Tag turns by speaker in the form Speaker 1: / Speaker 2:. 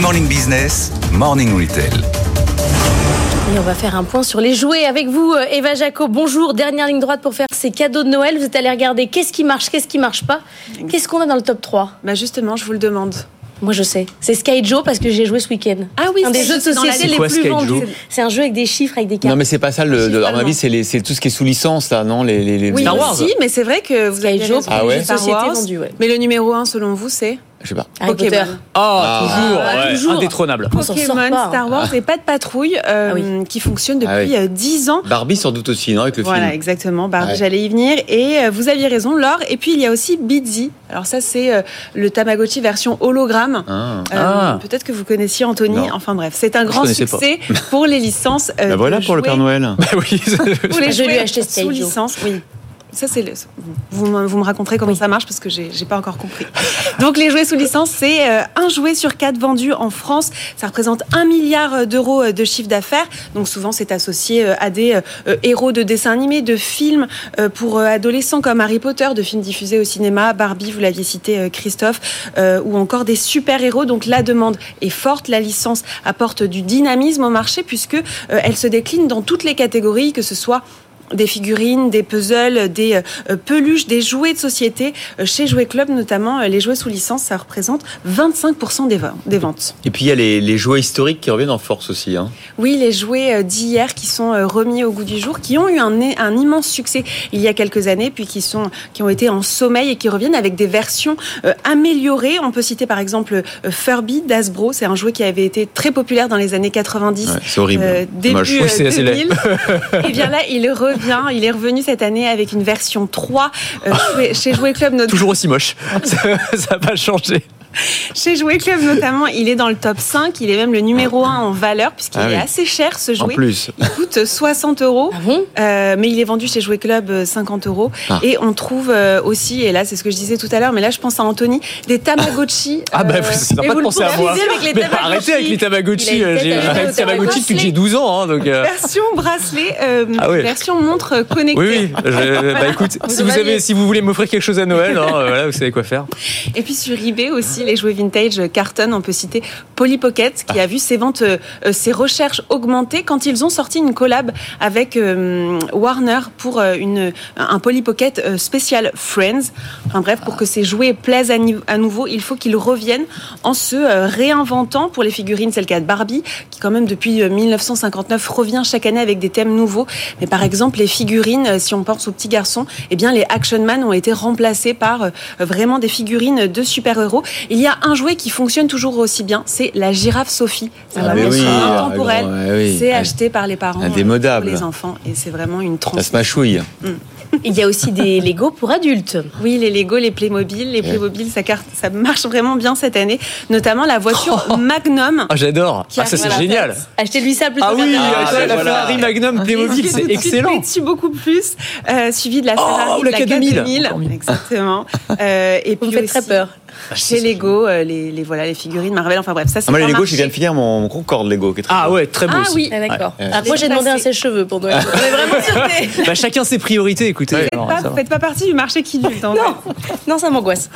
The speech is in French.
Speaker 1: Morning Business, Morning Retail.
Speaker 2: Et on va faire un point sur les jouets avec vous, euh, Eva Jaco. Bonjour, dernière ligne droite pour faire ces cadeaux de Noël. Vous êtes allé regarder qu'est-ce qui marche, qu'est-ce qui marche pas. Qu'est-ce qu'on a dans le top 3
Speaker 3: Bah justement, je vous le demande.
Speaker 2: Moi je sais. C'est Sky Joe parce que j'ai joué ce week-end.
Speaker 3: Ah oui,
Speaker 2: un des
Speaker 3: c'est-
Speaker 2: jeux de
Speaker 3: c'est dans la
Speaker 2: société les
Speaker 4: liste. C'est
Speaker 2: plus
Speaker 4: quoi, Sky Joe
Speaker 2: vendus. C'est un jeu avec des chiffres, avec des cartes.
Speaker 4: Non, mais c'est pas ça, le, le- à mon
Speaker 3: Principalement.
Speaker 4: avis, c'est les- c'est tout ce qui est sous licence, là, non les, les- les-
Speaker 3: Oui,
Speaker 4: Star Wars
Speaker 3: aussi, mais c'est vrai que vous
Speaker 2: Sky
Speaker 3: avez
Speaker 2: Joe,
Speaker 3: raison,
Speaker 4: Ah ouais
Speaker 3: les Star
Speaker 2: sociétés
Speaker 3: Wars.
Speaker 2: vendues, ouais.
Speaker 3: Mais le numéro 1 selon vous, c'est
Speaker 4: Je sais pas.
Speaker 2: Harry
Speaker 3: Pokémon.
Speaker 2: Potter.
Speaker 4: toujours,
Speaker 2: Ah, ouais. toujours.
Speaker 4: Indétrônable.
Speaker 2: On s'en sort
Speaker 3: Pokémon,
Speaker 2: pas, hein.
Speaker 3: Star Wars et Pas de patrouille euh,
Speaker 2: Ah oui.
Speaker 3: qui fonctionne depuis
Speaker 4: Ah oui.
Speaker 3: euh, 10 ans.
Speaker 4: Barbie, sans doute aussi, non Avec le
Speaker 3: Voilà,
Speaker 4: film.
Speaker 3: exactement. Barbie,
Speaker 4: Ouais.
Speaker 3: j'allais y venir. Et euh, vous aviez raison, Laure. Et puis, il y a aussi Bitsy. Alors ça, c'est euh, le Tamagotchi version hologramme.
Speaker 4: Ah.
Speaker 3: Euh,
Speaker 4: Ah.
Speaker 3: Peut-être que vous connaissiez Anthony.
Speaker 4: Non.
Speaker 3: Enfin bref, c'est un grand
Speaker 4: connaissais pas.
Speaker 3: succès pour les licences. euh,
Speaker 4: Bah voilà
Speaker 3: de
Speaker 4: pour le
Speaker 3: jouets
Speaker 4: Père Noël. Bah oui,
Speaker 3: Pour les
Speaker 2: Je lui ai
Speaker 3: jouets
Speaker 2: acheté ce
Speaker 3: sous
Speaker 2: Sky Joe.
Speaker 3: licence, oui. Ça, c'est le- vous, me- vous me raconterez comment ça marche parce que j'ai j'ai pas encore compris. Donc, les jouets sous licence, c'est euh, un jouet sur quatre vendu en France. Ça représente un milliard d'euros euh, de chiffre d'affaires. Donc, souvent, c'est associé euh, à des euh, héros de dessins animés, de films euh, pour euh, adolescents comme Harry Potter, de films diffusés au cinéma, Barbie, vous l'aviez cité, euh, Christophe, euh, ou encore des super-héros. Donc, la demande est forte. La licence apporte du dynamisme au marché puisque euh, elle se décline dans toutes les catégories, que ce soit des figurines, des puzzles, des euh, peluches, des jouets de société. Euh, Chez Jouet Club, notamment, euh, les jouets sous licence, ça représente 25% des, vo- des ventes.
Speaker 4: Et puis il y a les, les jouets historiques qui reviennent en force aussi. Hein.
Speaker 3: Oui, les jouets euh, d'hier qui sont euh, remis au goût du jour, qui ont eu un, é- un immense succès il y a quelques années, puis qui, sont, qui ont été en sommeil et qui reviennent avec des versions euh, améliorées. On peut citer par exemple euh, Furby d'Asbro, c'est un jouet qui avait été très populaire dans les années 90
Speaker 4: Ouais, c'est horrible.
Speaker 3: euh,
Speaker 4: C'est moche.
Speaker 3: début euh, 2000. Et bien là, il revient, il est revenu cette année avec une version 3 euh, chez- chez Jouet Club. Notre...
Speaker 5: Ah. toujours aussi moche. ça n'a pas changé.
Speaker 3: Chez Jouet Club notamment, il est dans le top 5, il est même le numéro 1 en valeur puisqu'il
Speaker 4: Ah
Speaker 3: est
Speaker 4: oui.
Speaker 3: assez cher ce
Speaker 4: En
Speaker 3: jouet.
Speaker 4: plus.
Speaker 3: Il coûte 60 euros.
Speaker 2: Ah bon
Speaker 3: Euh, mais il est vendu chez Jouet Club euh, 50 euros.
Speaker 4: Ah.
Speaker 3: Et on trouve euh, aussi, et là c'est ce que je disais tout à l'heure, mais là je pense à Anthony, des Tamagotchi.
Speaker 5: Ah bah,
Speaker 3: euh,
Speaker 5: c'est
Speaker 3: et
Speaker 5: sympa
Speaker 3: vous
Speaker 5: de
Speaker 3: le
Speaker 5: penser à moi.
Speaker 3: poursuivez avec les
Speaker 5: Mais
Speaker 3: Tamagotchi.
Speaker 5: arrêtez avec les Tamagotchi.
Speaker 2: Il a une
Speaker 5: euh,
Speaker 2: tête
Speaker 5: J'ai
Speaker 2: à
Speaker 5: arrêté
Speaker 2: jouer au
Speaker 5: les Tamagotchi depuis
Speaker 2: bracelet.
Speaker 5: que j'ai 12 ans. hein, donc, euh,
Speaker 3: Version bracelet, euh,
Speaker 5: Ah oui.
Speaker 3: version montre connectée.
Speaker 5: Oui, oui. je- bah écoute,
Speaker 3: Vous
Speaker 5: si vous,
Speaker 3: auriez-
Speaker 5: avez, si vous voulez m'offrir quelque chose à Noël, hein, euh, voilà, vous savez quoi faire.
Speaker 3: Et puis sur eBay aussi, les jouets vintage carton. On peut citer Polly Pocket qui a vu ses ventes, euh, euh, ses recherches augmenter quand ils ont sorti une collab avec euh, Warner pour euh, une, un Polly Pocket euh, spécial Friends. Enfin bref, pour que ces jouets plaisent à, ni- à nouveau, il faut qu'ils reviennent en se euh, réinventant. Pour les figurines, c'est le cas de Barbie qui quand même depuis euh, 1959 revient chaque année avec des thèmes nouveaux. Mais par exemple, les figurines, euh, si on pense aux petits garçons, eh bien les Action Man ont été remplacés par euh, vraiment des figurines de super-héros. Il y a un jouet qui fonctionne toujours aussi bien, c'est la girafe Sophie. C'est
Speaker 2: Ah,
Speaker 3: vraiment
Speaker 2: mais oui,
Speaker 3: intemporel.
Speaker 4: ah, grand, ouais, oui.
Speaker 3: C'est
Speaker 4: Ah,
Speaker 3: acheté par les parents euh,
Speaker 4: Indémodable.
Speaker 3: pour les enfants et c'est vraiment une
Speaker 4: Ça se
Speaker 3: transmission.
Speaker 4: mâchouille.
Speaker 2: Il y a aussi des Lego pour adultes.
Speaker 3: Oui, les Lego, les Playmobil, les Playmobil, ça, carte- ça marche vraiment bien cette année, notamment la voiture
Speaker 4: Oh.
Speaker 3: Magnum.
Speaker 5: Ah, j'adore.
Speaker 3: Qui
Speaker 5: Ah, ça,
Speaker 3: arrive à
Speaker 5: c'est
Speaker 3: la
Speaker 5: génial.
Speaker 2: Achetez-lui ça plutôt
Speaker 5: Ah oui,
Speaker 2: qu'un
Speaker 4: Ah,
Speaker 5: attends,
Speaker 4: ben
Speaker 5: la
Speaker 4: voilà.
Speaker 5: Ferrari Magnum Playmobil, c'est excellent.
Speaker 3: Petit beaucoup plus, euh, suivi de la
Speaker 5: Oh,
Speaker 3: Ferrari,
Speaker 5: ou
Speaker 3: de
Speaker 5: la
Speaker 3: la
Speaker 5: 4000.
Speaker 3: 4000,
Speaker 5: Encore mieux.
Speaker 3: exactement. Euh, et
Speaker 2: Vous
Speaker 3: puis
Speaker 2: me faites très
Speaker 3: aussi,
Speaker 2: peur.
Speaker 5: Ah,
Speaker 3: Chez Lego, euh, les, les- voilà, les figurines Marvel, enfin bref, ça c'est
Speaker 4: Ah, moi,
Speaker 3: un
Speaker 4: les Lego,
Speaker 3: marché.
Speaker 4: je viens de finir mon, mon Concorde Lego. qui est très
Speaker 5: Ah
Speaker 4: bien.
Speaker 5: ouais, très beau.
Speaker 3: Ah
Speaker 5: aussi.
Speaker 3: oui,
Speaker 2: Ah, d'accord.
Speaker 4: Ouais.
Speaker 2: Ah, moi j'ai demandé un sèche-cheveux pour Noël. On est vraiment sur des-
Speaker 5: Bah, chacun ses priorités, écoutez.
Speaker 3: faites
Speaker 5: alors,
Speaker 3: pas,
Speaker 5: ça va.
Speaker 3: faites pas partie du marché qui dure.
Speaker 2: Non, non, ça m'angoisse.